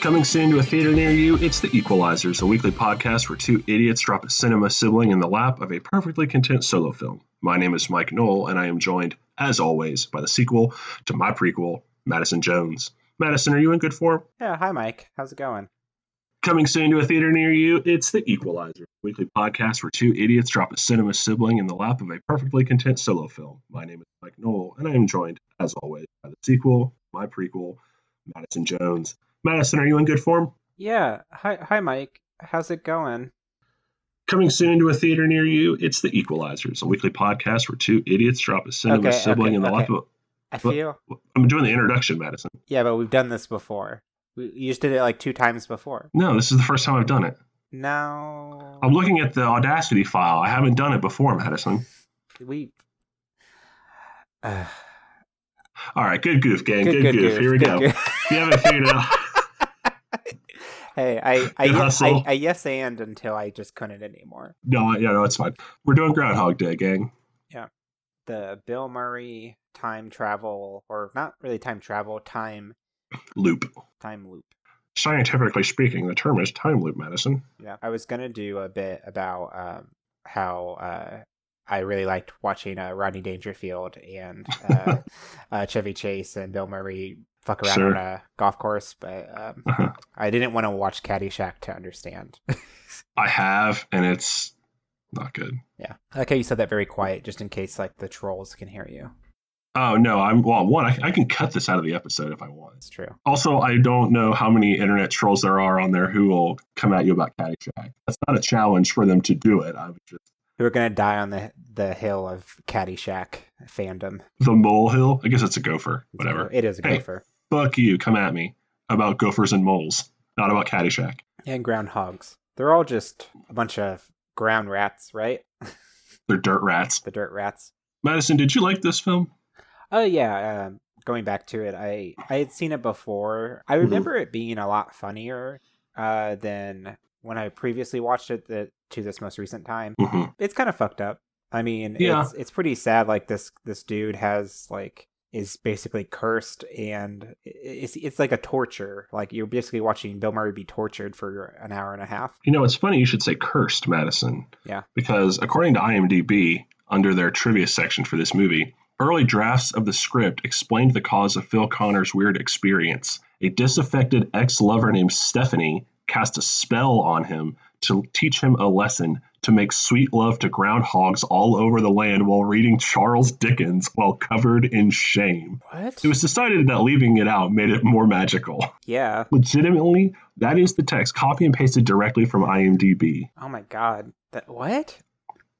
Coming soon to a theater near you, it's The Equalizers, a weekly podcast where two idiots drop a cinema sibling in the lap of a perfectly content solo film. My name is Mike Knoll, and I am joined, as always, by the sequel to my prequel, Madison Jones. Madison, are you in good form? Yeah, hi Mike. How's it going? Coming soon to a theater near you, it's The Equalizer, a weekly podcast where two idiots drop a cinema sibling in the lap of a perfectly content solo film. My name is Mike Knoll, and I am joined, as always, by the sequel, my prequel, Madison Jones. Madison, are you in good form? Yeah. Hi hi Mike. How's it going? Coming soon to a theater near you, it's The Equalizers, a weekly podcast where two idiots drop a cinema Okay, sibling okay, in the lap okay. of I What? feel a. I'm doing the introduction, Madison. Yeah, but we've done this before. We you just did it like two times before. No, this is the first time I've done it. No I'm looking at the Audacity file. I haven't done it before, Madison. we Ugh. All right, good goof, gang. Good, goof. Here we good go. goof. If you haven't figured it out. hey, I I, Good yes, I hustle. I yes and until I just couldn't anymore. No, yeah, no, it's fine. We're doing Groundhog Day, gang. The Bill Murray time travel or not really time travel, time Loop. time loop. Scientifically speaking, the term is time loop, Madison. Yeah, I was gonna do a bit about um, how uh, I really liked watching uh, Rodney Dangerfield and uh, uh, Chevy Chase and Bill Murray fuck around Sure. on a golf course, but um, Uh-huh. I didn't want to watch Caddyshack to understand. I have, and it's not good. yeah, I like how you said that very quiet, just in case like the trolls can hear you. Oh no, I'm well. One, I, I can cut this out of the episode if I want. It's true. Also, I don't know how many internet trolls there are on there who will come at you about Caddyshack. That's not a challenge for them to do it. I was just Who are gonna die on the the hill of Caddyshack fandom? the molehill. I guess it's a gopher. It's a Whatever. go- it is a Hey. gopher Fuck you. Come at me about gophers and moles, not about Caddyshack. and groundhogs. They're all just a bunch of ground rats, right? They're dirt rats. The dirt rats. Madison, did you like this film? Oh yeah, um, going back to it, I I had seen it before. I remember it being a lot funnier uh, than when I previously watched it the, to this most recent time. hmm It's kind of fucked up. I mean, Yeah. it's it's pretty sad. Like this this dude has like is basically cursed, and i- it's it's like a torture. Like you're basically watching Bill Murray be tortured for an hour and a half. You know, it's funny you should say cursed, Madison. Yeah. Because according to IMDb, under their trivia section for this movie, early drafts of the script explained the cause of Phil Connor's weird experience. A disaffected ex lover named Stephanie cast a spell on him to teach him a lesson to make sweet love to groundhogs all over the land while reading Charles Dickens while covered in shame. What? It was decided that leaving it out made it more magical. yeah. Legitimately, that is the text, copy and pasted directly from IMDb, Oh my god. That what?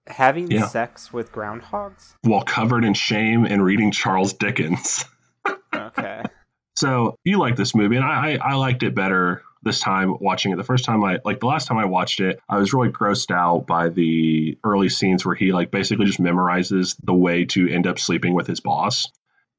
Having Yeah. sex with groundhogs? while covered in shame and reading Charles Dickens. Okay. So you like this movie, and I, I, I liked it better this time watching it. The first time I like the last time I watched it, I was really grossed out by the early scenes where he like basically just memorizes the way to end up sleeping with his boss.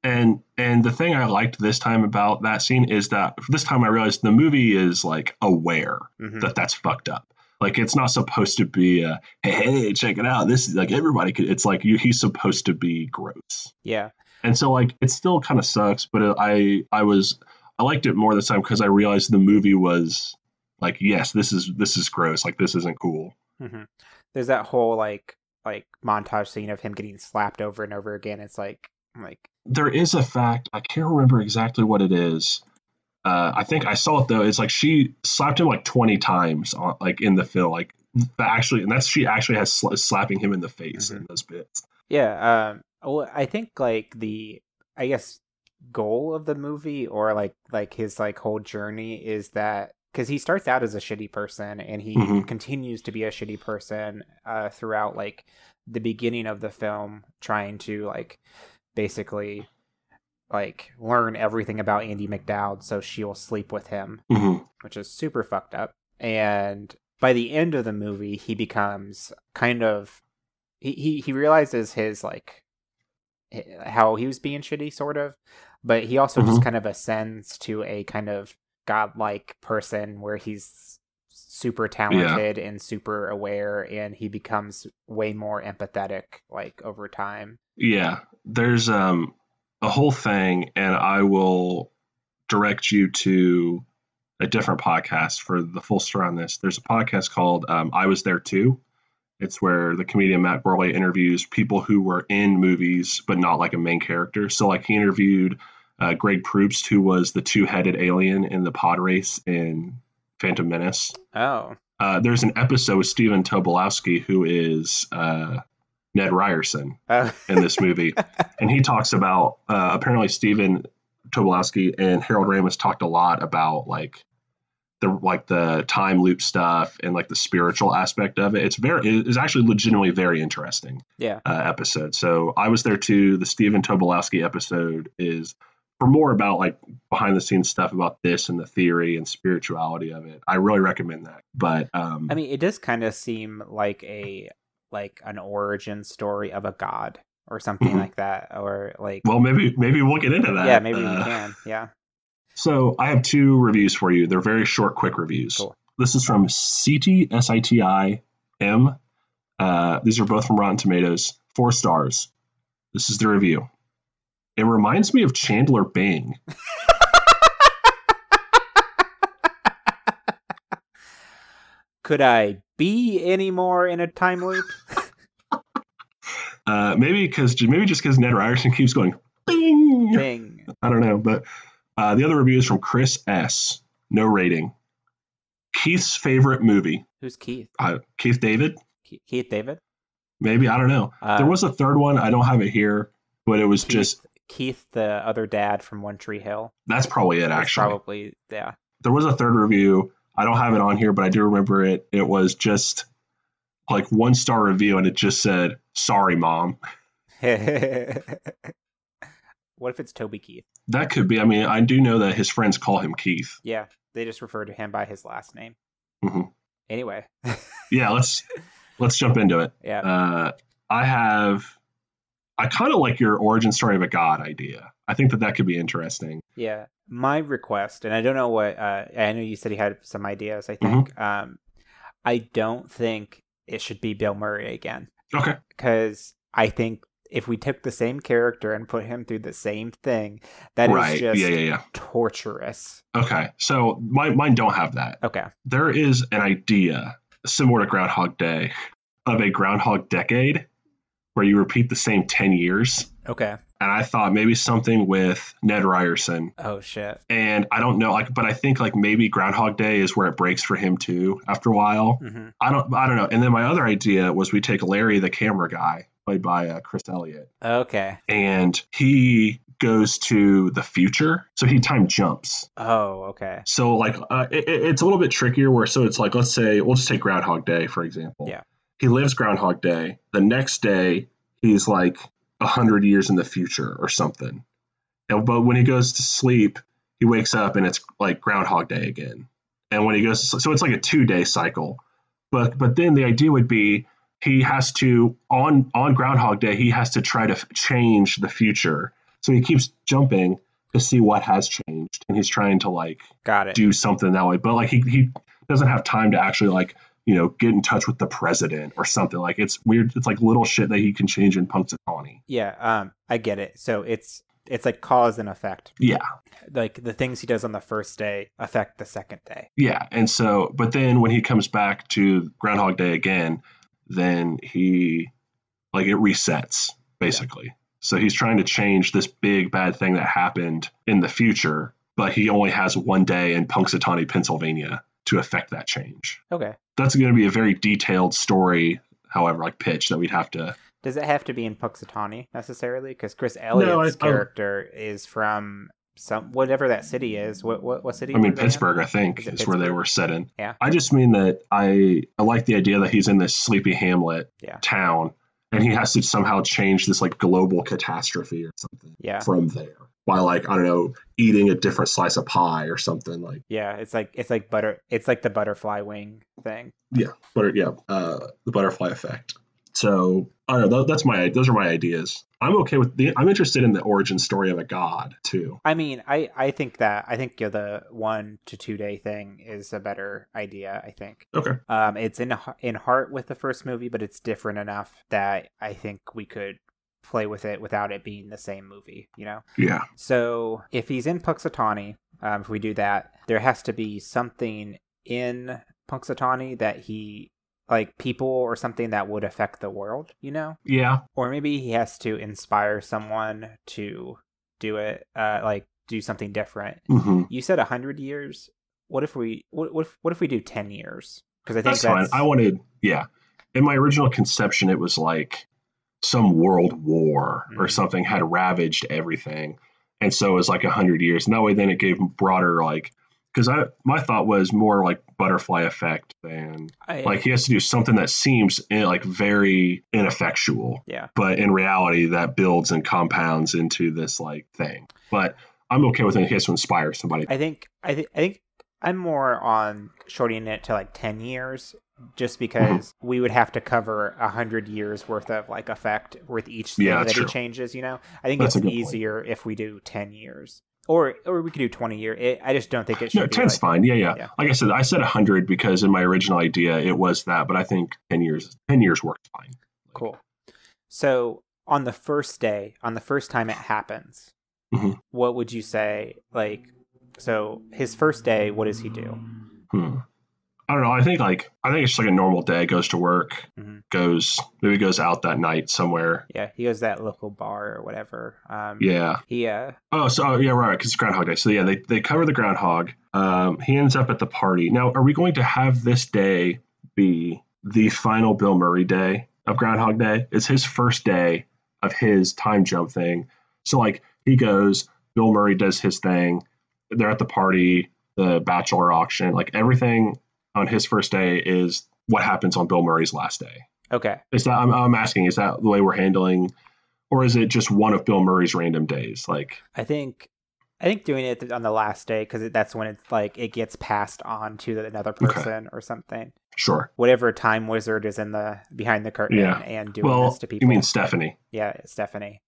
And and the thing I liked this time about that scene is that this time I realized the movie is like aware Mhm. that that's fucked up. Like it's not supposed to be a hey, hey check it out. This is like everybody could. It's like you, he's supposed to be gross, Yeah. and so like it still kind of sucks. But it, I I was I liked it more this time because I realized the movie was like yes this is this is gross like this isn't cool. hmm There's that whole like like montage scene of him getting slapped over and over again. It's like I'm like There is a fact I can't remember exactly what it is. Uh, I think I saw it though. It's like she slapped him like twenty times on like in the film like actually and that's she actually has sla- slapping him in the face in those bits. yeah. Um. Well, I think like the I guess goal of the movie or like like his like whole journey is that because he starts out as a shitty person and he Mhm. continues to be a shitty person uh throughout like the beginning of the film trying to like basically like learn everything about Andy McDowd so she'll sleep with him hmm which is super fucked up. And by the end of the movie, he becomes kind of he he, he realizes his like h- how he was being shitty, sort of, but he also just kind of ascends to a kind of godlike person where he's super talented and super aware and he becomes way more empathetic like over time Yeah, there's um a whole thing, and I will direct you to a different podcast for the full story on this. There's a podcast called um, I Was There Too. It's where the comedian Matt Borley interviews people who were in movies, but not like a main character. So, like, he interviewed uh, Greg Proost, who was the two headed alien in the pod race in Phantom Menace. Oh, Uh, there's an episode with Stephen Tobolowsky, who is uh, Ned Ryerson oh. in this movie, and he talks about uh, apparently Stephen Tobolowsky and Harold Ramis talked a lot about like the like the time loop stuff and like the spiritual aspect of it. It's very it's actually legitimately very interesting. Yeah. Uh, episode. So I was there too. The Stephen Tobolowsky episode is for more about like behind the scenes stuff about this and the theory and spirituality of it. I really recommend that. But um, I mean, it does kind of seem like a like an origin story of a god or something Mhm. like that, or like well, maybe maybe we'll get into that. yeah, maybe we Uh, can. Yeah. So I have two reviews for you. They're very short, quick reviews. Cool. This is from CT S I T I M. Uh, these are both from Rotten Tomatoes. Four stars. This is the review. It reminds me of Chandler Bing. Could I be any more in a time loop? Uh, maybe because maybe just because Ned Ryerson keeps going Bing. Thing. I don't know, but uh, the other review is from Chris S. No rating. Keith's favorite movie. Who's Keith? Uh, Keith David. Ke- Keith David? Maybe I don't know. Uh, there was a third one. I don't have it here, but it was Keith, just Keith, the other dad from One Tree Hill. That's probably it, That's actually. probably yeah. There was a third review. I don't have it on here, but I do remember it. It was just like one star review, and it just said, "Sorry, mom." what if it's Toby Keith? That could be. I mean, I do know that his friends call him Keith. Yeah, they just refer to him by his last name. Mhm. Anyway, Yeah, let's let's jump into it. yeah. Uh, I have. I kind of like your origin story of a god idea. I think that that could be interesting. Yeah, my request, and I don't know what uh, I know. You said he had some ideas. I think. Mhm. Um, I don't think it should be Bill Murray again Okay. because I think if we took the same character and put him through the same thing, that is right. just Yeah, yeah, torturous. yeah. Okay. So my, mine don't have that. Okay. there is an idea similar to Groundhog Day of a Groundhog decade where you repeat the same 10 years. Okay. And I thought maybe something with Ned Ryerson. Oh shit. And I don't know, like, but I think like maybe Groundhog Day is where it breaks for him too after a while. hmm I don't, I don't know. And then my other idea was we take Larry, the camera guy, played by uh, Chris Elliott, Okay. and he goes to the future, so he time jumps. Oh, okay. So like uh, it, it- it's a little bit trickier. Where so it's like let's say we'll just take Groundhog Day for example. Yeah. He lives Groundhog Day. The next day he's like a hundred years in the future or something. And, but when he goes to sleep, he wakes up and it's like Groundhog Day again. And when he goes, to, sleep- so it's like a two day cycle. But but then the idea would be he has to on on Groundhog Day he has to try to f- change the future. So he keeps jumping to see what has changed, and he's trying to like Got it. do something that way. But like he, he doesn't have time to actually like you know get in touch with the president or something. Like it's weird. It's like little shit that he can change in Punxsutawney. yeah. Um, I get it. So it's it's like cause and effect. Yeah, Like the things he does on the first day affect the second day. yeah. And so, but then when he comes back to Groundhog Day again, then he like it resets basically. So he's trying to change this big bad thing that happened in the future, but he only has one day in Punxsutawney, Pennsylvania, to affect that change. Okay. that's going to be a very detailed story however like pitch that we'd have to Does it have to be in Puxatani necessarily? Because Chris Elliott's I- I- character is from some whatever that city is. What what, what city? i were mean they in? pittsburgh i think Is is, it where they Pittsburgh? were set in Yeah. i just mean that i i like the idea that he's in this sleepy hamlet Yeah. town and he has to somehow change this like global catastrophe or something Yeah, from there by like i don't know eating a different slice of pie or something like yeah. It's like it's like butter. It's like the butterfly wing thing. but yeah uh the butterfly effect so i don't know tho- that's my those are my ideas i'm okay with the i'm interested in the origin story of a god too I mean, I I think that I think you know, the one to two day thing is a better idea. I think. okay Um, it's in h- in heart with the first movie, but it's different enough that I think we could play with it without it being the same movie. You know. yeah So if he's in Puxatawny, um, if we do that, there has to be something in Punxsutawney that he like people or something that would affect the world, you know? Yeah. Or maybe he has to inspire someone to do it, uh, like do something different. Mm-hmm. You said hundred years. What if we what, what if what if we do ten years? Because I think That's that's, fine. I wanted, yeah. In my original conception, it was like some world war or Mhm. something had ravaged everything, and so it was like a hundred years. And that way, then it gave broader like because I my thought was more like butterfly effect than I- like he has to do something that seems eh, like very ineffectual yeah. but in reality that builds and compounds into this like thing but i'm okay with it he has to inspire somebody I think I think I think I'm more on shortening it to like ten years, Mm-hmm. just because we would have to cover hundred years worth of like effect with each thing Yeah, that that's he true. changes. You know, I think That's a it's good point. easier if we do ten years, or or we could do twenty year. It, I just don't think it should. no be 10's like, fine yeah, yeah yeah. like i said i said 100 because in my original idea it was that but i think 10 years 10 years worked fine Cool. So on the first day, on the first time it happens, Mhm. what would you say? Like, so his first day, what does he do? hmm. i don't know i think like i think it's just like a normal day goes to work Mhm. goes maybe goes out that night somewhere Yeah, he goes to that local bar or whatever. Um, yeah He uh, Oh, so oh, yeah, right, because it's Groundhog Day. So yeah, they, they cover the groundhog. Um, he ends up at the party. Now, are we going to have this day be the final Bill Murray day of Groundhog Day? It's his first day of his time jump thing. So like he goes, Bill Murray does his thing. They're at the party, the bachelor auction, like everything on his first day is what happens on Bill Murray's last day. okay. Is that I'm, I'm asking? Is that the way we're handling, or is it just one of Bill Murray's random days? Like. I think I think doing it on the last day because that's when it's like it gets passed on to the, another Okay. person or something. Sure. Whatever time wizard is in the behind the curtain Yeah. and doing well, this to people. You mean Stephanie? yeah, Stephanie.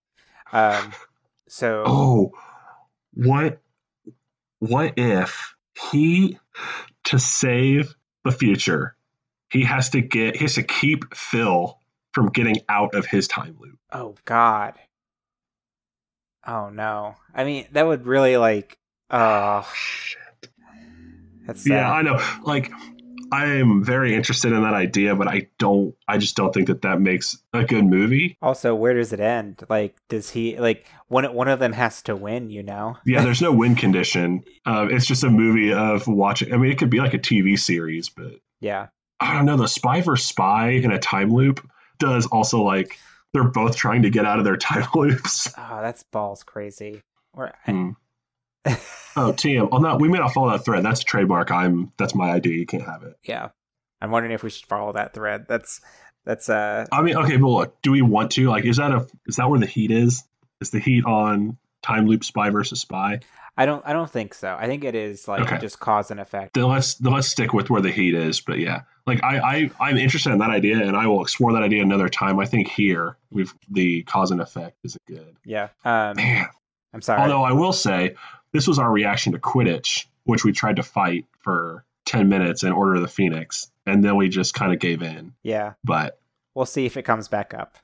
Um, so Oh, what? What if he to save the future? He has to get. He has to keep Phil from getting out of his time loop. Oh God. Oh no. I mean, that would really like. Oh, that's sad. Yeah, I know. Like, I am very interested in that idea, but I don't. I just don't think that that makes a good movie. also, where does it end? Like, does he like one? One of them has to win, you know. Yeah, there's no win condition. Um, it's just a movie of watching. I mean, it could be like a TV series, but Yeah, I don't know, the spy versus spy in a time loop does also like they're both trying to get out of their time loops. oh, that's balls crazy. Or Hmm. Oh, TM. Oh no, we may not follow that thread. That's a trademark. I'm that's my idea. You can't have it. yeah, I'm wondering if we should follow that thread. That's that's uh I mean, okay, but look, do we want to? Like, is that a is that where the heat is? Is the heat on time loop spy versus spy? I don't I don't think so. I think it is like Okay. just cause and effect. Then let's then let's stick with where the heat is. But yeah. Like I, I I'm interested in that idea and I will explore that idea another time. I think here we've the cause and effect is good. Yeah. Um, Man, I'm sorry. Although I will say, this was our reaction to Quidditch, which we tried to fight for 10 minutes in Order of the Phoenix, and then we just kind of gave in. yeah. But We'll see if it comes back up.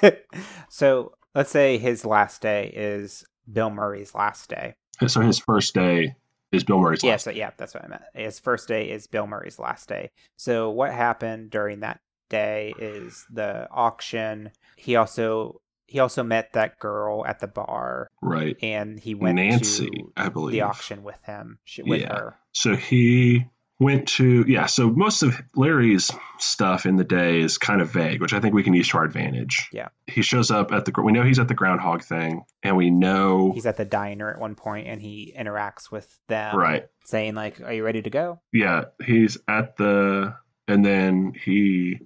so let's say his last day is Bill Murray's last day. so his first day is Bill Murray's Yeah, last. so yeah, that's what I meant. His first day is Bill Murray's last day. So what happened during that day is the auction. He also he also met that girl at the bar, Right. and he went Nancy, to I believe. the auction with him she, with Yeah. her. So he went to, yeah, so most of Larry's stuff in the day is kind of vague, which I think we can use to our advantage. Yeah. He shows up at the, we know he's at the groundhog thing, and we know, He's at the diner at one point, and he interacts with them, right. Saying like, "Are you ready to go?" yeah, he's at the and then he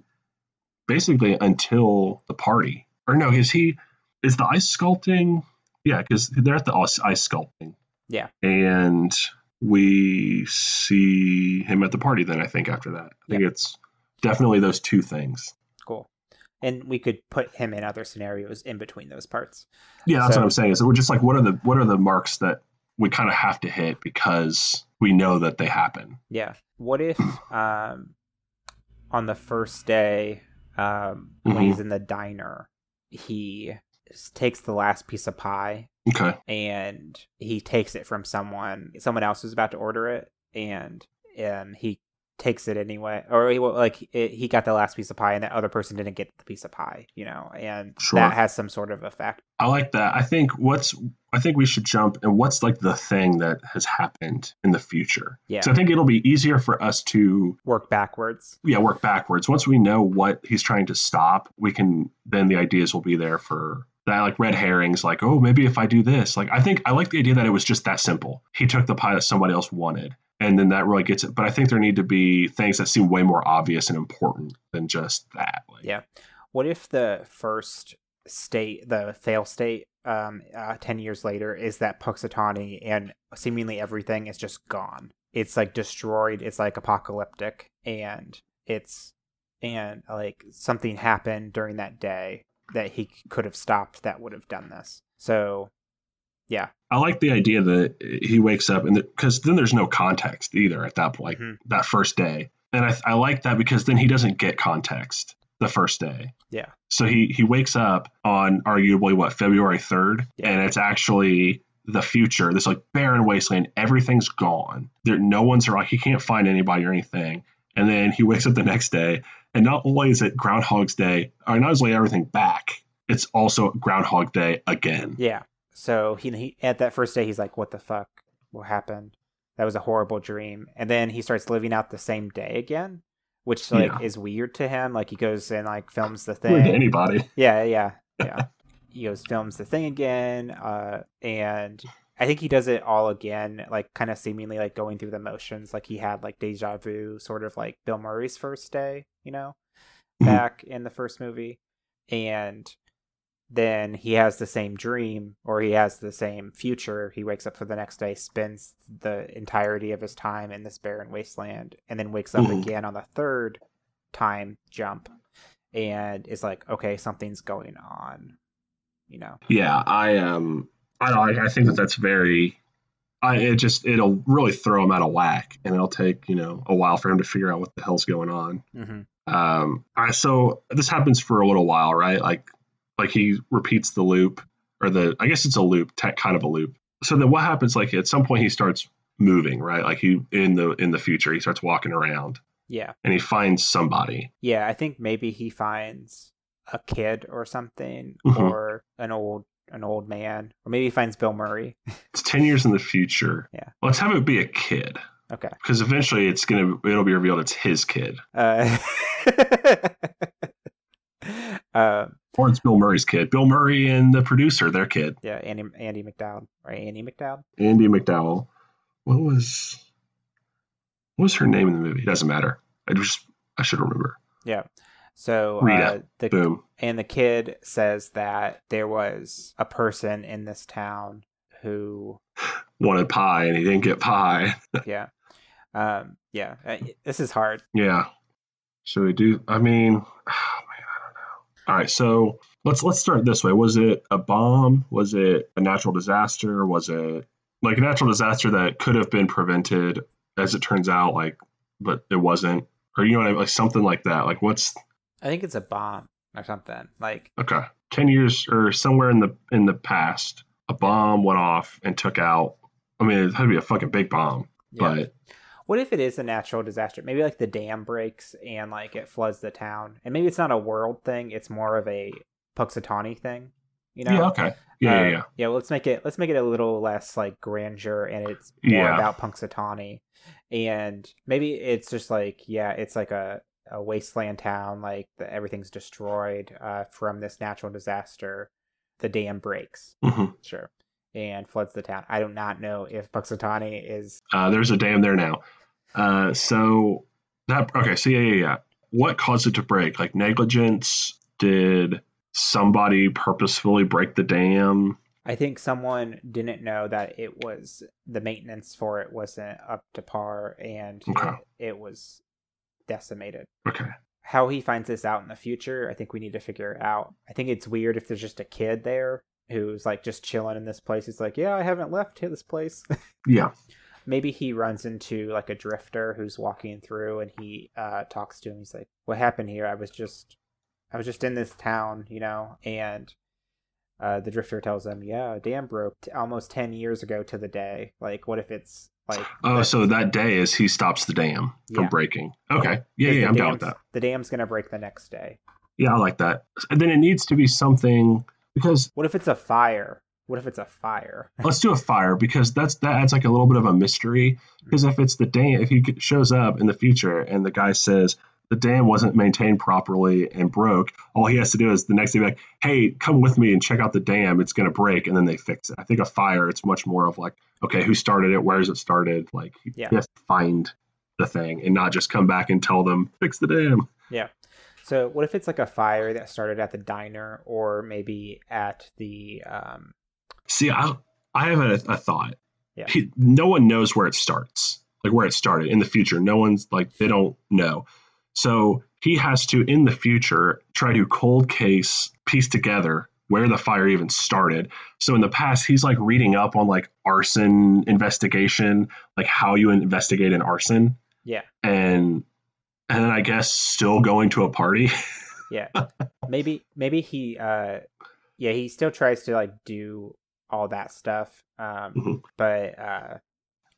basically until the party. Or no, is he is the ice sculpting? Yeah, because they're at the ice ice sculpting. Yeah. And we see him at the party then I think after that. I think it's definitely those two things. Cool. And we could put him in other scenarios in between those parts. Yeah, that's So- what I'm saying. Is we're just like what are the what are the marks that we kind of have to hit because we know that they happen. Yeah. What if Hmm. um, on the first day um, when Mhm. he's in the diner, he s- takes the last piece of pie Okay. and he takes it from someone. Someone else was about to order it, and um, he takes it anyway. Or he well, like it, he got the last piece of pie, and that other person didn't get the piece of pie. You know, and Sure. that has some sort of effect. I like that. I think what's I think we should jump and what's like the thing that has happened in the future. Yeah. So I think it'll be easier for us to Work backwards. yeah, work backwards. Once we know what he's trying to stop, we can then the ideas will be there for that like red herrings like, oh, maybe if I do this. Like I think I like the idea that it was just that simple. He took the pie that somebody else wanted. And then that really gets it. But I think there need to be things that seem way more obvious and important than just that. Like, Yeah. What if the first state, the fail state, um, uh, ten years later, is that Puxatawny and seemingly everything is just gone. It's like destroyed. It's like apocalyptic, and it's and like something happened during that day that he could have stopped that would have done this. So I like the idea that he wakes up and because then there's no context either at that point, like Mhm. that first day. And I, I like that because then he doesn't get context the first day. Yeah. So he, he wakes up on arguably what, February 3rd? Yeah. And it's actually the future, this like barren wasteland. Everything's gone. There, no one's around. He can't find anybody or anything. And then he wakes up the next day. And not only is it Groundhog's Day, or not only everything back, it's also Groundhog Day again. yeah. So he, he at that first day he's like, "What the fuck? What happened? That was a horrible dream." And then he starts living out the same day again, which like Yeah. is weird to him. Like he goes and like films the Really to thing. anybody. Yeah, yeah, yeah. he goes films the thing again, uh, and I think he does it all again, like kind of seemingly like going through the motions, like he had like deja vu, sort of like Bill Murray's first day, you know, Mhm. back in the first movie, and then he has the same dream or he has the same future. He wakes up for the next day, spends the entirety of his time in this barren wasteland, and then wakes up Mhm. again on the third time jump and is like, okay, something's going on, you know. Yeah, I um, I don't know, I think that that's very, I it just it'll really throw him out of whack, and it'll take you know a while for him to figure out what the hell's going on. Mm-hmm. Um, I, so this happens for a little while, right? Like, like he repeats the loop or the I guess it's a loop, tech kind of a loop. So then what happens? Like at some point he starts moving, right? Like he in the in the future he starts walking around Yeah. and he finds somebody. Yeah, I think maybe he finds a kid or something, Mhm. or an old an old man, or maybe he finds Bill Murray. It's ten years in the future. Yeah. Let's have it be a kid Okay. because eventually it's gonna it'll be revealed it's his kid. Uh, uh, Or it's Bill Murray's kid. Bill Murray and the producer, their kid, yeah, Andy Andy McDowell, right? Andy McDowell. Andy McDowell. What was what was her name in the movie? It doesn't matter. I just I should remember. Yeah. So uh, Rita. the Boom. and the kid says that there was a person in this town who, Wanted pie and he didn't get pie. yeah, um, yeah. Uh, This is hard. Yeah. Should we do I mean oh, man, I don't know. All right, so let's let's start this way. Was it a bomb? Was it a natural disaster? Was it like a natural disaster that could have been prevented as it turns out, like but it wasn't? Or you know what I mean? Like something like that. Like what's I think it's a bomb or something. Like Okay. Ten years or somewhere in the in the past, a bomb went off and took out. I mean, it had to be a fucking big bomb, yeah. but What if it is a natural disaster? Maybe like the dam breaks and like it floods the town. And maybe it's not a world thing, it's more of a Puxatawny thing. You know? yeah, okay, yeah, Uh, yeah, yeah. Yeah, well, let's make it let's make it a little less like grandeur and it's more Yeah. about Punxsutawney. And maybe it's just like, yeah, it's like a, a wasteland town, like the, everything's destroyed uh, from this natural disaster. The dam breaks, Mhm. sure, and floods the town. I do not know if Punxsutawney is Uh, there's a dam there now. Uh, so that okay, so yeah, yeah, yeah. What caused it to break? Like negligence? Did somebody purposefully break the dam? I think someone didn't know that it was the maintenance for it wasn't up to par and Okay. it, it was decimated. Okay, How he finds this out in the future, I think we need to figure out. I think it's weird if there's just a kid there who's like just chilling in this place. He's like, Yeah, I haven't left this place. yeah, Maybe he runs into like a drifter who's walking through and he uh, talks to him. He's like, What happened here? I was just I was just in this town, you know, and uh, the drifter tells them, "Yeah, a dam broke t- almost ten years ago to the day. Like, what if it's like Oh, the- so that day is he stops the dam Yeah. from breaking. Okay. Yeah, is yeah, the I'm down with dam's- that. The dam's gonna break the next day. Yeah, I like that. And then it needs to be something because What if it's a fire? What if it's a fire? let's do a fire because that's that adds like a little bit of a mystery. Because if it's the dam, if he g- shows up in the future and the guy says the dam wasn't maintained properly and broke, all he has to do is the next day be like, "Hey, come with me and check out the dam. It's going to break," and then they fix it. I think a fire, it's much more of like, okay, who started it? Where is it started? Like he Yeah. he has to find the thing and not just come back and tell them fix the dam. So what if it's like a fire that started at the diner or maybe at the um See, I I have a, a thought. Yeah. Pe- no one knows where it starts, like where it started in the future. No one's like they don't know. So he has to in the future try to cold case piece together where the fire even started. So in the past, he's like reading up on like arson investigation, like how you investigate an arson, yeah and and then I guess still going to a party. yeah maybe maybe he uh yeah he still tries to like do all that stuff um Mhm. but uh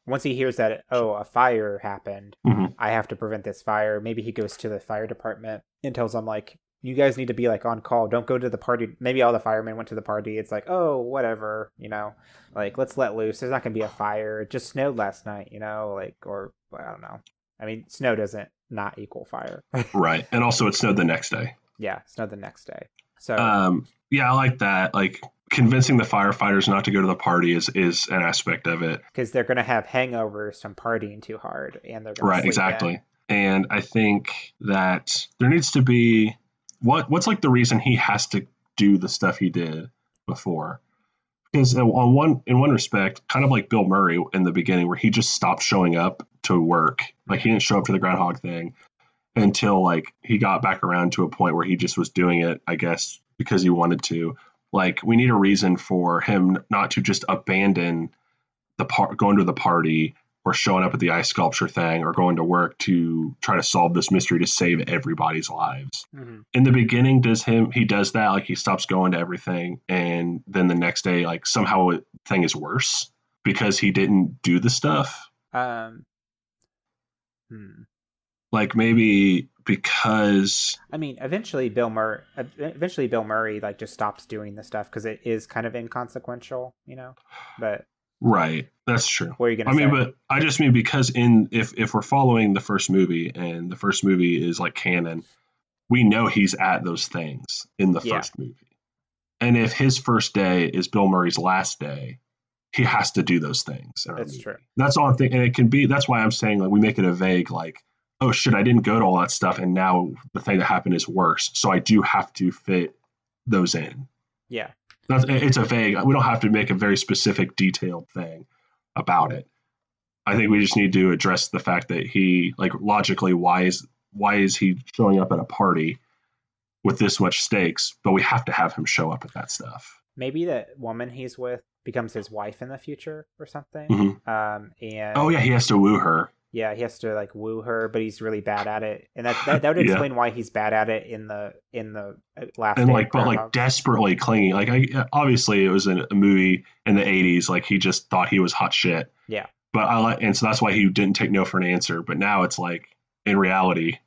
once he hears that oh a fire happened Mhm. i have to prevent this fire maybe he goes to the fire department and tells them like you guys need to be like on call don't go to the party maybe all the firemen went to the party it's like oh whatever you know like let's let loose there's not gonna be a fire it just snowed last night you know like or i don't know i mean snow doesn't not equal fire right, and also it snowed the next day. yeah snow the next day so um yeah i like that like convincing the firefighters not to go to the party is is an aspect of it because they're going to have hangovers from partying too hard, and they're gonna right sleep exactly in. and i think that there needs to be what what's like the reason he has to do the stuff he did before because on one in one respect kind of like bill murray in the beginning where he just stopped showing up to work like he didn't show up to the groundhog thing until like he got back around to a point where he just was doing it i guess because he wanted to like we need a reason for him not to just abandon the par- going to the party or showing up at the ice sculpture thing or going to work to try to solve this mystery to save everybody's lives Mhm. in the beginning does him he does that like he stops going to everything and then the next day like somehow it- thing is worse because he didn't do the stuff Um, hmm. like maybe because I mean, eventually Bill Murray, eventually Bill Murray, like just stops doing the stuff because it is kind of inconsequential, you know. But right that's true what are you going i to say? mean but i just mean because in if if we're following the first movie and the first movie is like canon we know he's at those things in the Yeah. first movie and if his first day is bill murray's last day he has to do those things in our That's movie. true. That's all I'm thinking. And it can be, that's why I'm saying, like, we make it a vague, like, oh, shit, I didn't go to all that stuff. And now the thing that happened is worse. So I do have to fit those in. Yeah, That's, it- it's a vague, we don't have to make a very specific, detailed thing about it. I think we just need to address the fact that he, like, logically, why is, why is he showing up at a party with this much stakes? But we have to have him show up at that stuff. maybe that woman he's with becomes his wife in the future or something. Mhm. Um, and Oh, yeah, he has to woo her. Yeah, he has to like woo her, but he's really bad at it, and that that, that would Yeah. explain why he's bad at it in the in the uh, last. and day like of but like Groundhog. desperately clinging like i obviously it was in a movie in the 80s like he just thought he was hot shit Yeah. but i like and so that's why he didn't take no for an answer but now it's like in reality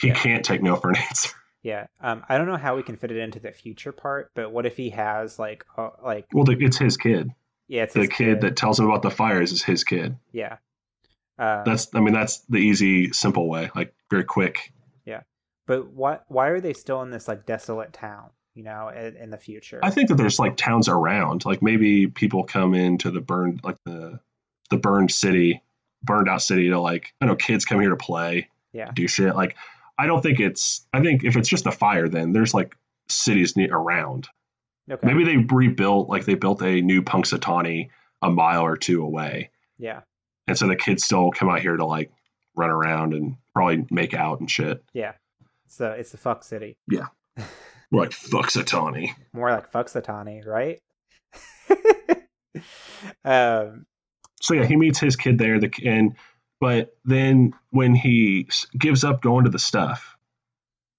he Yeah. can't take no for an answer Yeah, um, I don't know how we can fit it into the future part, but what if he has like uh, like well the, it's his kid yeah, it's the his kid, that tells him about the fires is his kid yeah. Um, that's i mean that's the easy simple way like very quick but what? Why are they still in this like desolate town? You know, in, in the future. i think that there's like towns around like maybe people come into the burned like the the burned city burned out city to like i know kids come here to play Yeah. do shit like i don't think it's i think if it's just a fire then there's like cities ne- around okay. maybe they rebuilt like they built a new punxsutawney a mile or two away Yeah, and so the kids still come out here to like run around and probably make out and shit it's the it's the fuck city. We're like punxsutawney More like Fuxatani, right? um, so yeah, he meets his kid there. The and but then when he s- gives up going to the stuff,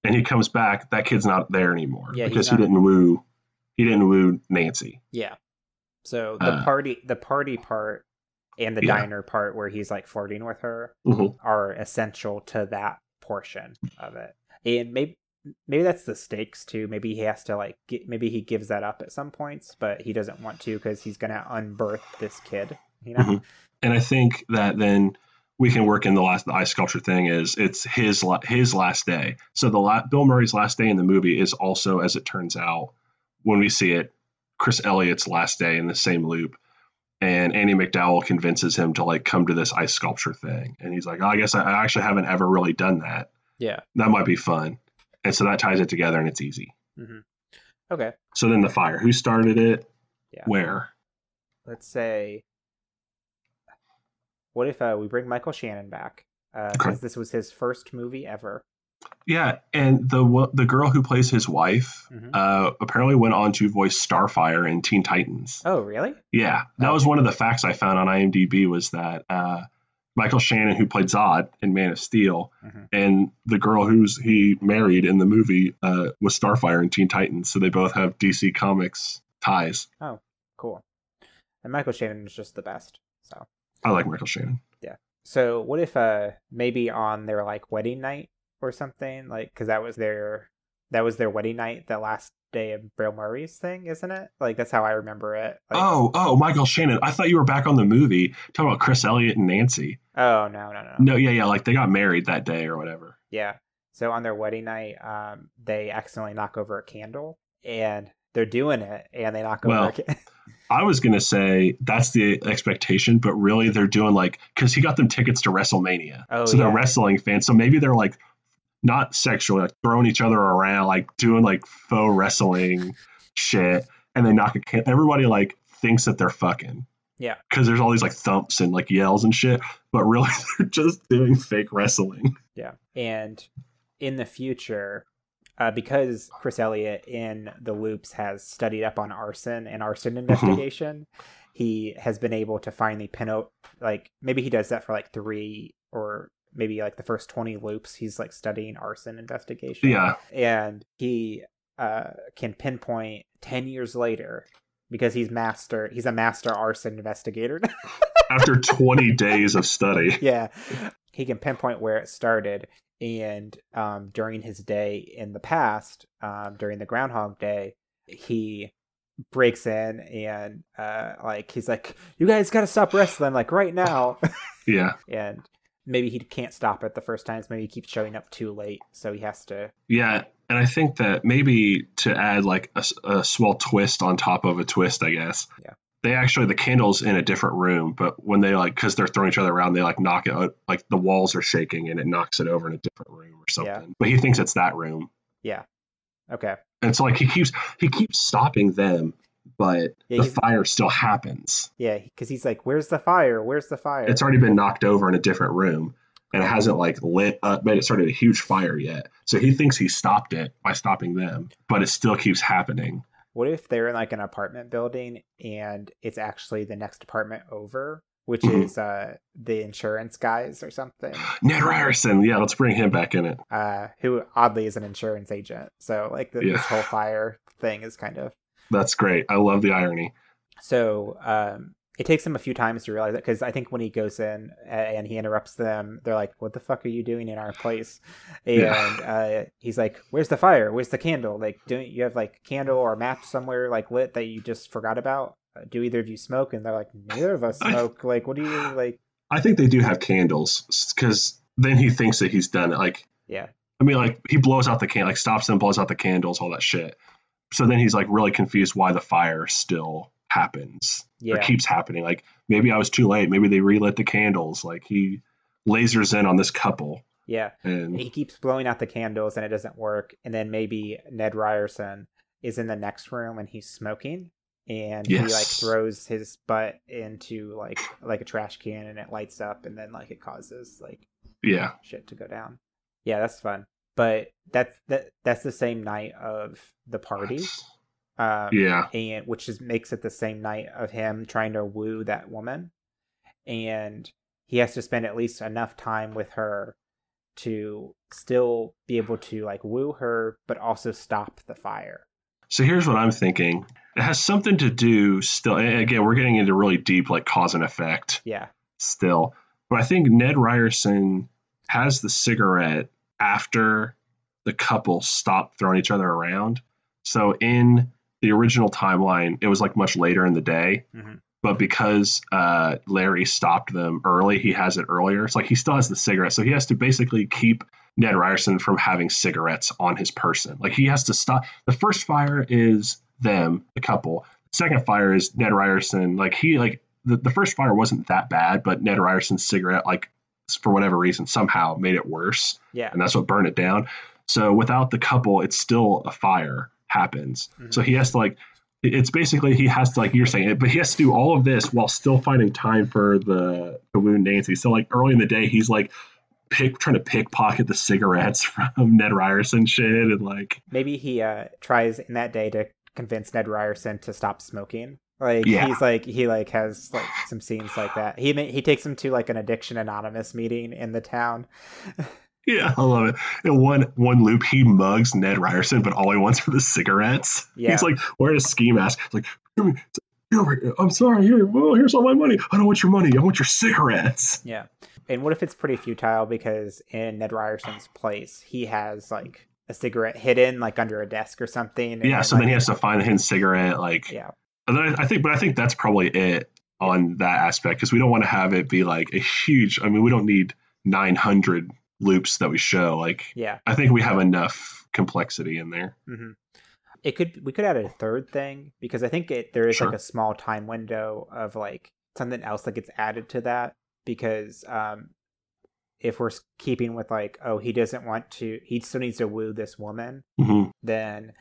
and he comes back, that kid's not there anymore Yeah, he's because he not- didn't woo he didn't woo Nancy. Yeah. So the Uh, party the party part and the Yeah. diner part where he's like flirting with her Mhm. are essential to that portion of it. And maybe maybe that's the stakes too. Maybe he has to like get, maybe he gives that up at some points, but he doesn't want to cuz he's going to unbirth this kid, you know. Mhm. And I think that then we can work in the last the ice sculpture thing is it's his la- his last day. So the la- Bill Murray's last day in the movie is also, as it turns out, when we see it, Chris Elliott's last day in the same loop. And Andy McDowell convinces him to like come to this ice sculpture thing, and he's like, oh, "I guess I, I actually haven't ever really done that. Yeah. That might be fun." And so that ties it together, and it's easy. Okay. So then the fire. Who started it? Yeah. Where? Let's say what if uh, we bring Michael Shannon back? Uh, Okay. 'cause this was his first movie ever. Yeah, and the wo- the girl who plays his wife Mhm. uh, apparently went on to voice Starfire in Teen Titans. Oh, really? Yeah, that was one of the facts I found on IMDb was that uh, Michael Shannon, who played Zod in Man of Steel, Mhm. and the girl who's he married in the movie uh, was Starfire in Teen Titans, so they both have DC Comics ties. Cool. And Michael Shannon is just the best. So I like Michael Shannon. So what if uh maybe on their like wedding night or something like because that was their that was their wedding night the last day of Bill Murray's thing isn't it like that's how I remember it like, oh, oh, Michael Shannon! I thought you were back on the movie talking about Chris Elliott and Nancy. oh no no no No, yeah, yeah, like they got married that day or whatever. yeah so on their wedding night um they accidentally knock over a candle and they're doing it and they knock over Well, a ca- I was gonna say that's the expectation, but really they're doing like because he got them tickets to WrestleMania, Oh, so yeah. they're wrestling fans. So maybe they're like not sexually like throwing each other around, like doing like faux wrestling shit, and they knock a can. Everybody like thinks that they're fucking. Yeah. because there's all these like thumps and like yells and shit, but really they're just doing fake wrestling. yeah and in the future uh, because Chris Elliott in the loops has studied up on arson and arson investigation, he has been able to finally pin out like maybe he does that for like three or maybe like the first 20 loops he's like studying arson investigation Yeah, and he uh, can pinpoint 10 years later because he's master he's a master arson investigator after 20 days of study. yeah he can pinpoint where it started and um, during his day in the past um, during the groundhog day he breaks in and uh, like he's like you guys gotta stop wrestling like right now Yeah, and maybe he can't stop it the first times maybe he keeps showing up too late so he has to Yeah, and I think that maybe to add like a, s- a small twist on top of a twist, I guess. Yeah. They actually the candles in a different room, but when they like because they're throwing each other around, they like knock it out, like the walls are shaking and it knocks it over in a different room or something. Yeah. But he thinks it's that room, okay and so like he keeps he keeps stopping them, but Yeah, the he's- fire still happens. yeah because he's like where's the fire where's the fire It's already been knocked over in a different room. And it hasn't like lit up, but it started a huge fire yet. So he thinks he stopped it by stopping them, but it still keeps happening. What if they're in like an apartment building and it's actually the next apartment over, which Mhm. is uh the insurance guys or something, Ned Ryerson. Yeah, let's bring him back in it. uh, who oddly is an insurance agent. So like the, Yeah. this whole fire thing is kind of That's great. I love the irony. so. Um, it takes him a few times to realize it because I think when he goes in a- and he interrupts them, they're like, "What the fuck are you doing in our place?" And uh, he's like, "Where's the fire? Where's the candle? Like, don't you have like candle or map somewhere like lit that you just forgot about? Uh, Do either of you smoke?" And they're like, "Neither of us I- smoke. Like, what do you like?" I think they do have candles because then he thinks that he's done it. Like, Yeah. I mean, like he blows out the can, like stops and blows out the candles, all that shit. So then he's like really confused why the fire still happens or Yeah, keeps happening. Like maybe I was too late. Maybe they relit the candles. Like he lasers in on this couple yeah. and He keeps blowing out the candles and it doesn't work. And then maybe Ned Ryerson is in the next room and he's smoking and he like Yes. throws his butt into like like a trash can and it lights up and then like it causes like yeah, shit to go down. Yeah, that's fun. But that's that that's the same night of the party. Um yeah, and which is makes it the same night of him trying to woo that woman and he has to spend at least enough time with her to still be able to like woo her but also stop the fire So here's what I'm thinking. It has something to do still. and Again, we're getting into really deep like cause and effect Yeah. still. But I think Ned Ryerson has the cigarette after the couple stopped throwing each other around. So in the original timeline, it was like much later in the day. Mhm. But because uh, Larry stopped them early, he has it earlier. It's like he still has the cigarette. So he has to basically keep Ned Ryerson from having cigarettes on his person. Like he has to stop. The first fire is them, the couple. Second fire is Ned Ryerson. Like he like the, the first fire wasn't that bad, but Ned Ryerson's cigarette, like for whatever reason, somehow made it worse, Yeah. and that's what burned it down. So without the couple, it's still a fire happens. So he has to like, it- it's basically he has to like you're saying it, but he has to do all of this while still finding time for the to wound Nancy. So like early in the day, he's like pick trying to pickpocket the cigarettes from Ned Ryerson shit, and like Maybe he uh, tries in that day to convince Ned Ryerson to stop smoking. Like Yeah. he's like he like has like some scenes like that. He ma- he takes him to like an addiction anonymous meeting in the town. yeah, I love it. In one one loop, he mugs Ned Ryerson, but all he wants are the cigarettes. Yeah. He's like wearing a ski mask. He's like, "Give me- give me- I'm sorry. Here, well, here's all my money. I don't want your money. I want your cigarettes. Yeah. And what if it's pretty futile because in Ned Ryerson's place, he has like a cigarette hidden like under a desk or something. and yeah. So then like- he has to find the hidden cigarette. Like, Yeah. And then I, I think, but I think that's probably it on that aspect because we don't want to have it be like a huge. I mean, we don't need 900 loops that we show. Like, Yeah. I think we have enough complexity in there. hmm It could we could add a third thing because I think it there is Sure. like a small time window of like something else that gets added to that because um if we're s- keeping with like oh he doesn't want to he still needs to woo this woman Mhm. then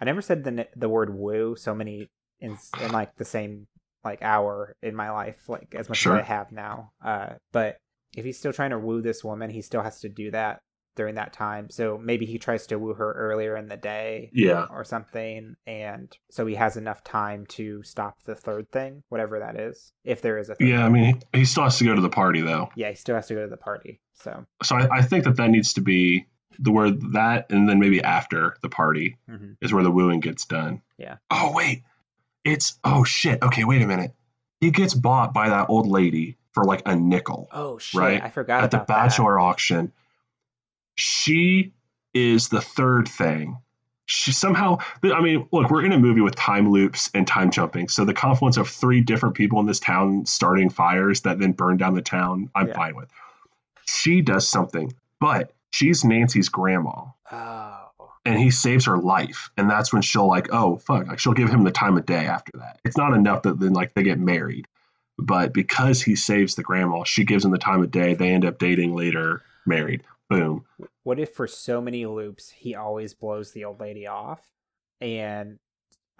I never said the n- the word woo so many in, s- in like the same like hour in my life like as much Sure. as I have now. Uh, but if he's still trying to woo this woman, he still has to do that during that time. So maybe he tries to woo her earlier in the day Yeah. or something, and so he has enough time to stop the third thing, whatever that is, if there is a third Yeah. I thing. mean, he, he still has to go to the party though. yeah, he still has to go to the party. So So I, I think that that needs to be the word that, and then maybe after the party. mhm. is where the wooing gets done. Yeah. Oh wait, it's oh shit. Okay, wait a minute. He gets bought by that old lady for like a nickel oh shit, Right. I forgot at the about that. bachelor auction. She is the third thing. She somehow. I mean, look, we're in a movie with time loops and time jumping, so the confluence of three different people in this town starting fires that then burn down the town. I'm Yeah. fine with. She does something, but she's Nancy's grandma Oh, and he saves her life and that's when she'll like oh fuck like she'll give him the time of day after that it's not enough that then like they get married but because he saves the grandma she gives him the time of day they end up dating later married boom What if for so many loops he always blows the old lady off and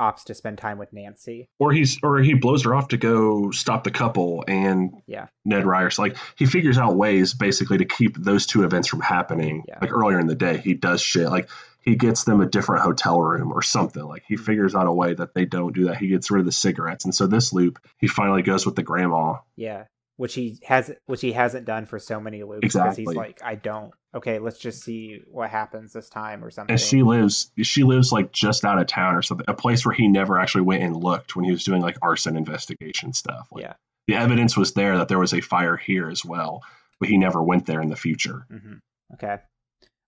opts to spend time with Nancy? or he's or he blows her off to go stop the couple and Yeah. ned ryerson like he figures out ways basically to keep those two events from happening Yeah. like earlier in the day he does shit like he gets them a different hotel room or something like he Mhm. figures out a way that they don't do that he gets rid of the cigarettes and so this loop he finally goes with the grandma Yeah. Which he has which he hasn't done for so many loops Exactly. he's like, I don't okay, let's just see what happens this time or something. and she lives she lives like just out of town or something a place where he never actually went and looked when he was doing like arson investigation stuff like Yeah. the evidence was there that there was a fire here as well but he never went there in the future hmm Okay.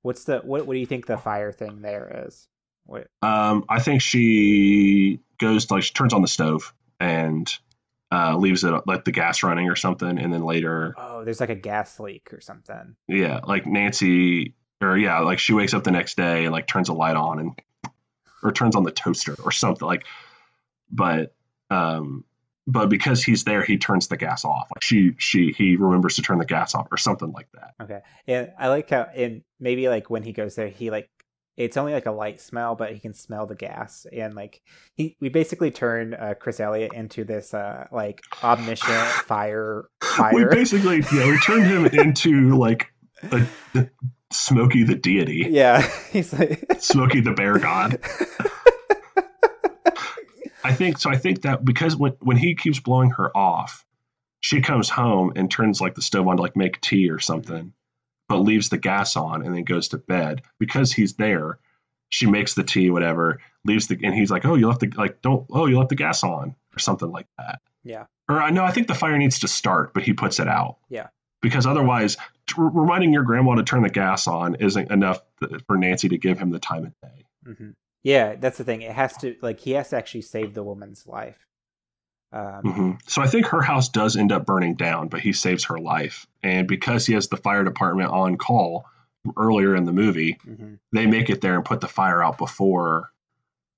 What's the what what do you think Oh. the fire thing there is? What um i think she goes to, like she turns on the stove and uh leaves it like the gas running or something and then later oh, there's like a gas leak or something. yeah like nancy or yeah like she wakes up the next day and like turns a light on and or turns on the toaster or something like but um but because he's there he turns the gas off like she she he remembers to turn the gas off or something like that Okay. And I like how and maybe like when he goes there he like it's only like a light smell, but he can smell the gas and like he we basically turn uh, Chris Elliott into this uh like omniscient fire we fire. basically yeah we turned him into like a, the, smokey the deity yeah. He's like smokey the bear god I think so. I think that because when when he keeps blowing her off, she comes home and turns like the stove on to like make tea or something, but leaves the gas on and then goes to bed. Because he's there, she makes the tea, whatever, leaves the and he's like, oh, you left the like don't oh you left the gas on or something like that. Yeah. Or I know I think the fire needs to start, but he puts it out. Yeah. Because otherwise, t- reminding your grandma to turn the gas on isn't enough th- for Nancy to give him the time of day. hmm Yeah, that's the thing. It has to like he has to actually save the woman's life. Um, hmm So I think her house does end up burning down, but he saves her life. And because he has the fire department on call earlier in the movie, mhm. they make it there and put the fire out before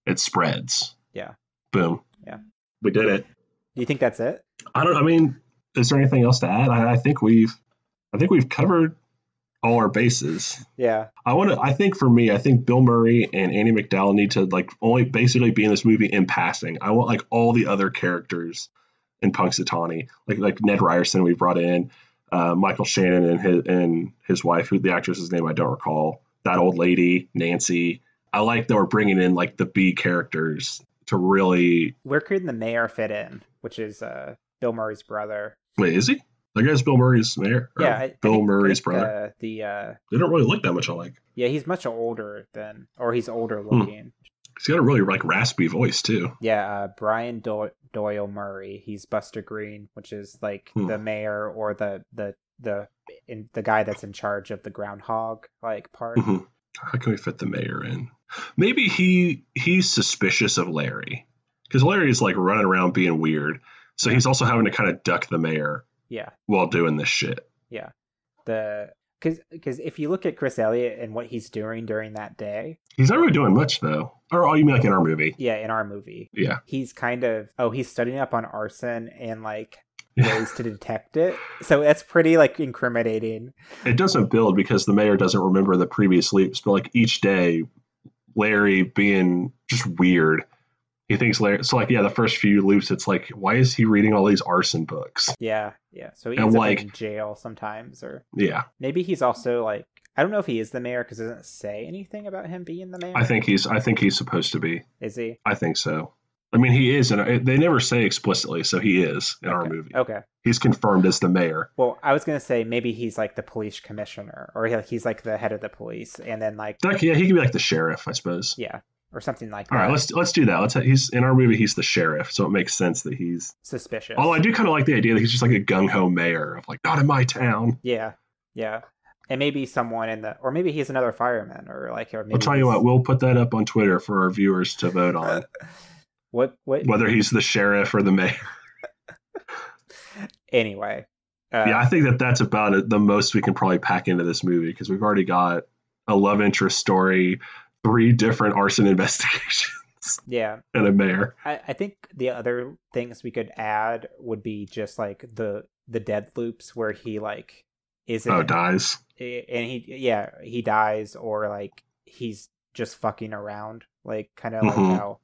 it spreads. Yeah. Boom. Yeah. We did it. Do you think that's it? I don't. I mean, is there anything else to add? I, I think we've, I think we've covered all our bases. Yeah. I want to. I think for me, I think Bill Murray and Annie McDowell need to like only basically be in this movie in passing. I want like all the other characters in Punxsutawney, like like Ned Ryerson we brought in, uh, Michael Shannon and his and his wife, who the actress's name I don't recall. That old lady, Nancy. I like that we're bringing in like the B characters to really. Where could the mayor fit in? Which is uh, Bill Murray's brother. Wait, is he? I guess Bill Murray's mayor. or yeah, I- I Bill think- I Murray's think brother. The, the uh, they don't really look that much alike. yeah, he's much older than, or he's older Hmm. looking. He's got a really like raspy voice too. Yeah, uh, Brian Do- Doyle Murray. He's Buster Green, which is like Hmm. the mayor or the the the in, the guy that's in charge of the groundhog like part. Mhm. How can we fit the mayor in? Maybe he he's suspicious of Larry because Larry is like running around being weird, so he's also having to kind of duck the mayor Yeah, while doing this shit. the because because if you look at Chris Elliott and what he's doing during that day, He's not really doing much though. Or oh, you mean like in our movie? yeah, in our movie, Yeah, he's kind of oh he's studying up on arson and like yeah. ways to detect it. So that's pretty like incriminating. it doesn't build because the mayor doesn't remember the previous leaps, but like each day, Larry being just weird. He thinks Larry. So like yeah, the first few loops, it's like why is he reading all these arson books? Yeah, yeah. So he And, ends up like- in jail sometimes or. Yeah. Maybe he's also like I don't know if he is the mayor because it doesn't say anything about him being the mayor. I think he's. I think he's supposed to be. is he I think so. I mean, he is, and they never say explicitly, so he is in our Okay. Oh. movie. okay. He's confirmed as the mayor. Well, I was gonna say maybe he's like the police commissioner or he- he's like the head of the police, and then like That- yeah, he could be like the sheriff, I suppose. yeah or something like All that. right, let's let's do that. Let's. He's in our movie. He's the sheriff, so it makes sense that he's. Suspicious. Although Oh, I do kind of like the idea that he's just like a gung ho mayor of like not in my town. Yeah, yeah, and maybe someone in the or maybe he's another fireman or like or maybe I'll tell you he's- what. We'll put that up on Twitter for our viewers to vote on what what whether he's the sheriff or the mayor. anyway. Uh, yeah, I think that that's about it, the most we can probably pack into this movie because we've already got a love interest story, three different arson investigations, yeah. and a mayor. I, I think the other things we could add would be just like the the dead loops where he like isn't Oh, dies. eh, and he yeah he dies or like he's just fucking around like kind of Mhm. like how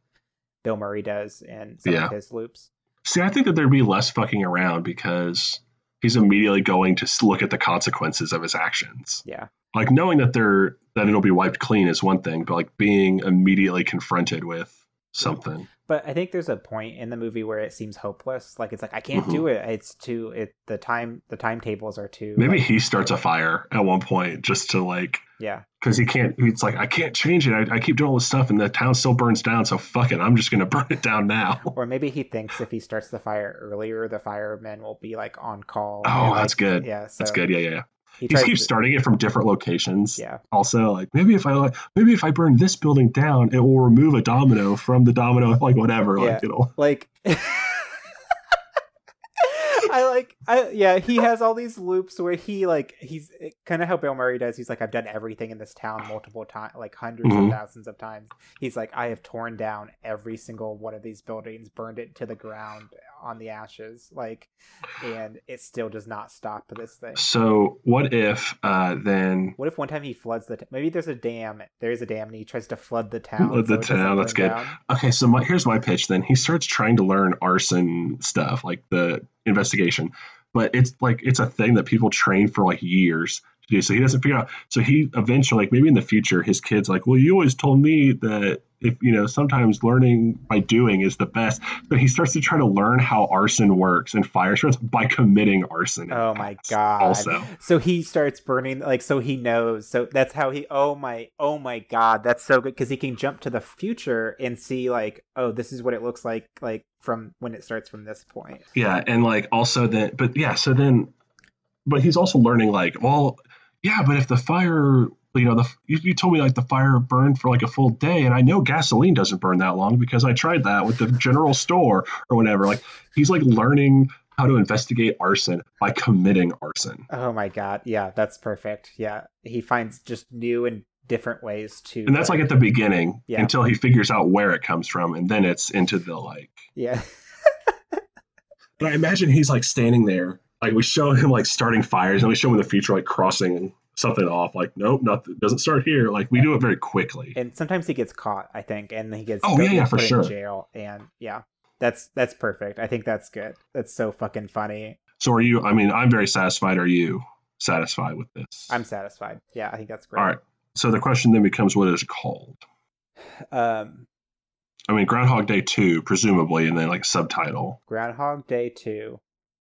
Bill Murray does in some Yeah. of his loops. See, I think that there'd be less fucking around because he's immediately going to s- look at the consequences of his actions. Yeah. Like knowing that they're that it'll be wiped clean is one thing, but like being immediately confronted with something. But I think there's a point in the movie where it seems hopeless. Like it's like I can't Mhm. do it. It's too it the time the timetables are too Maybe like- he starts a fire at one point just to like yeah because he can't. It's like I can't change it. I, I keep doing all this stuff, and the town still burns down. So fuck it. I'm just gonna burn it down now. or maybe he thinks if he starts the fire earlier the firemen will be like on call. Oh, and, that's like, good. Yeah, so That's good. Yeah, yeah. yeah. uh, He, He just tries keeps to- starting it from different locations. Yeah, Also, like maybe if I like maybe if I burn this building down, it will remove a domino from the domino. Like whatever. Like it'll. like I like I yeah, he has all these loops where he like he's kind of how Bill Murray does. He's like I've done everything in this town multiple times, like 100s Mhm. of thousands of times. He's like I have torn down every single one of these buildings, burned it to the ground on the ashes, like and it still does not stop this thing. So what if uh, then? What if one time he floods the t- maybe there's a dam, there is a dam and he tries to flood the town. Flood the it doesn't town, that's burn good. down? Okay, so my, here's my pitch. Then he starts trying to learn arson stuff, like the investigation. But it's like it's a thing that people train for like years to do. So he doesn't figure out. So he eventually, like maybe in the future, his kids like, well, you always told me that if you know sometimes learning by doing is the best so he starts to try to learn how arson works and fire starts by committing arson oh my god also so he starts burning like so he knows so that's how he oh my oh my god that's so good because he can jump to the future and see like oh this is what it looks like like from when it starts from this point yeah and like also then but yeah so then but he's also learning like well yeah but if the fire you know the you, you told me like the fire burned for like a full day and i know gasoline doesn't burn that long because i tried that with the general store or whatever like he's like learning how to investigate arson by committing arson oh my god yeah that's perfect yeah he finds just new and different ways to and that's like at the beginning Yeah. until he figures out where it comes from and then it's into the like yeah but i imagine he's like standing there like we show him like starting fires and we show him in the future like crossing something off like nope nothing doesn't start here like we do it very quickly and sometimes he gets caught i think and he gets Oh, put- yeah, yeah, for put in sure. jail and yeah that's that's perfect i think that's good that's so fucking funny So are you? I mean, I'm very satisfied. Are you satisfied with this? i'm satisfied yeah i think that's great All right. So the question then becomes, what is it called? um I mean, Groundhog Day two, presumably, and then like subtitle, groundhog day 2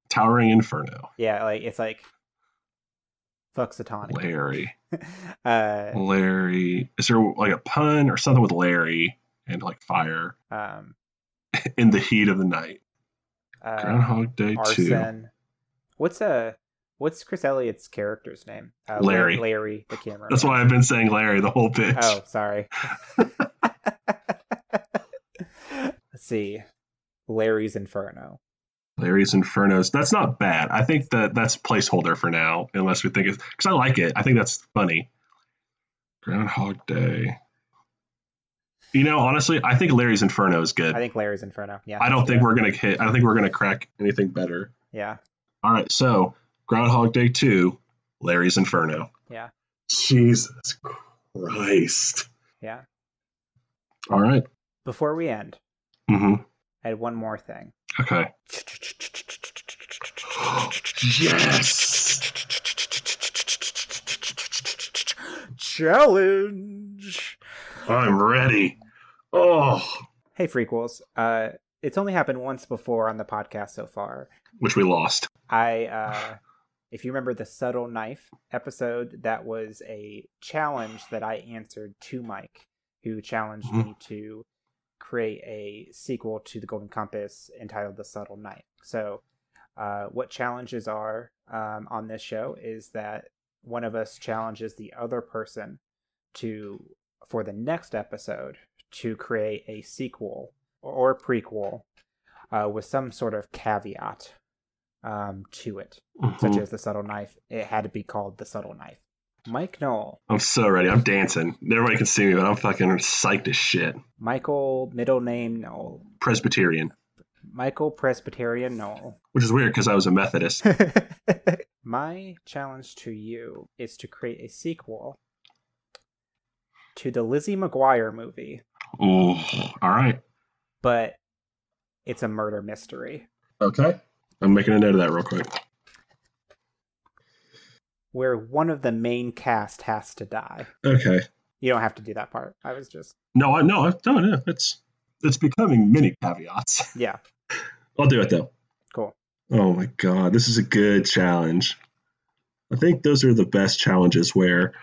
Towering Inferno, yeah like it's like fucksatonic Larry, uh Larry. Is there like a pun or something with Larry and like fire um in the heat of the night? uh, Groundhog Day two. arson what's uh what's chris elliott's character's name uh, Larry. larry the camera That's why I've been saying Larry the whole pitch. oh sorry let's see larry's inferno Larry's Infernos. That's not bad. I think that that's placeholder for now, unless we think it's because I like it. I think that's funny. Groundhog Day. You know, honestly, I think Larry's Inferno is good. i I, think larry's inferno yeah don't that's think good. we're gonna hit. I don't think we're gonna crack anything better. yeah All right, so Groundhog Day two, Larry's Inferno. Yeah. Jesus Christ. yeah All right. before we end Mm-hmm. i had one more thing Okay. yes. challenge I'm ready. Oh, hey frequels uh it's only happened once before on the podcast so far which we lost. I, uh, if you remember the subtle knife episode, that was a challenge that I answered to Mike, who challenged me to create a sequel to the Golden Compass entitled The Subtle Knife. So, uh, what challenges are um, on this show is that one of us challenges the other person to for the next episode to create a sequel or prequel uh, with some sort of caveat um, to it, such Mhm. as the subtle knife. It had to be called the subtle knife. Mike Knoll, I'm so ready. I'm dancing. Everybody can see me, but I'm fucking psyched as shit. Michael middle name Knoll, Presbyterian, Michael Presbyterian Knoll. which is weird because I was a Methodist. My challenge to you is to create a sequel to the Lizzie McGuire movie, Ooh, all right. but it's a murder mystery Okay. I'm making a note of that real quick. where one of the main cast has to die. Okay. You don't have to do that part. I was just No, I no, I, no, no. It's it's becoming many caveats. yeah, I'll do it though. cool. Oh my god, this is a good challenge. I think those are the best challenges where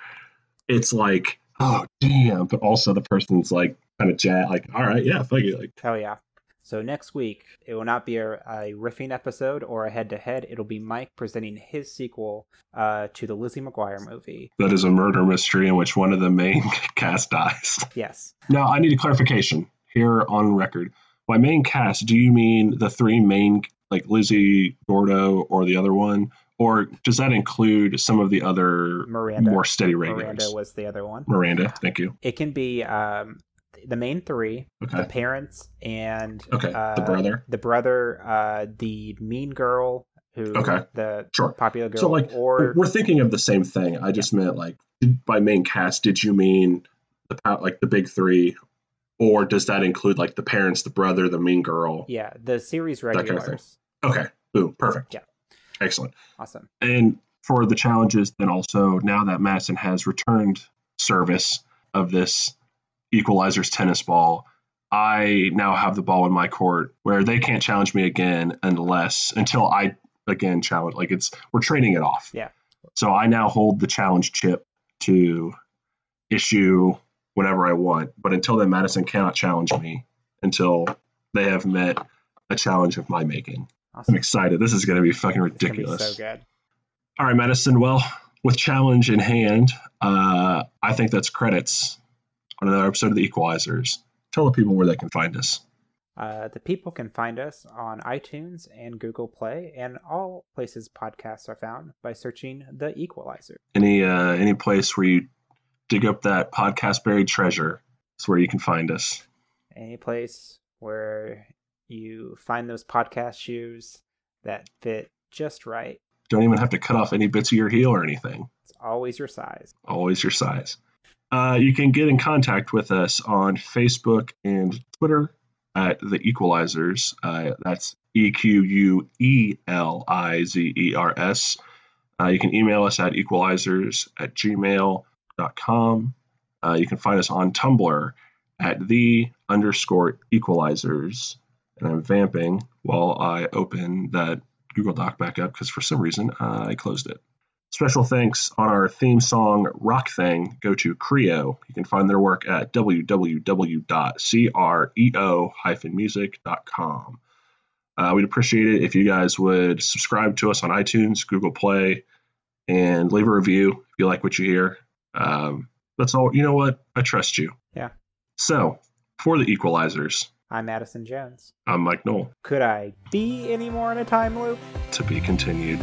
it's like, oh damn, but also the person's like kind of jab, like, all right, yeah, fuck it, like, Hell yeah. So next week, it will not be a, a riffing episode or a head to head. It'll be Mike presenting his sequel uh, to the Lizzie McGuire movie. that is a murder mystery in which one of the main cast dies. Yes. Now, I need a clarification here on record. By main cast, do you mean the three main, like Lizzie, Gordo, or the other one? Or does that include some of the other Miranda. more steady Miranda regulars? was the other one. Miranda, thank you. It can be um, the main three the Okay. parents and Okay. uh, the brother. the brother, uh, the mean girl, who Okay. the Sure. popular girl, So, like, or We're thinking of the same thing. I just meant, like, did- by main cast, did you mean the pow- like the big three? Or does that include, like, the parents, the brother, the mean girl? yeah, the series kind of thing. regulars. Okay. Boom. Perfect. Yeah. Excellent. Awesome. and for the challenges then also now that Madison has returned service of this Equalizer's tennis ball. I now have the ball in my court where they can't challenge me again unless until I again challenge. Like it's we're trading it off. Yeah. So I now hold the challenge chip to issue whenever I want, but until then, Madison cannot challenge me until they have met a challenge of my making. I'm Awesome. excited. This is going to be fucking It's gonna be ridiculous. so good. All right, Madison. Well, with challenge in hand, uh, I think that's credits on another episode of The Equalizers. Tell the people where they can find us. Uh, the people can find us on iTunes and Google Play and all places podcasts are found by searching The Equalizer. Any uh, any place where you dig up that podcast buried treasure is where you can find us. Any place where you find those podcast shoes that fit just right. Don't even have to cut off any bits of your heel or anything. It's always your size. always your size. Uh, you can get in contact with us on Facebook and Twitter at The Equalizers. Uh, that's E Q U E L I Z E R S. Uh, you can email us at equalizers at gmail.com. Uh, you can find us on Tumblr at the underscore equalizers. And I'm vamping while I open that Google Doc back up because for some reason uh, I closed it. Special thanks on our theme song Rock Thing go to Creo. You can find their work at www.creo-music.com. Uh, we'd appreciate it if you guys would subscribe to us on iTunes, Google Play, and leave a review if you like what you hear. Um, that's all. You know what? I trust you. Yeah. So, for the equalizers, I'm Madison Jones. I'm Mike Knoll. Could I be any more in a time loop? To be continued.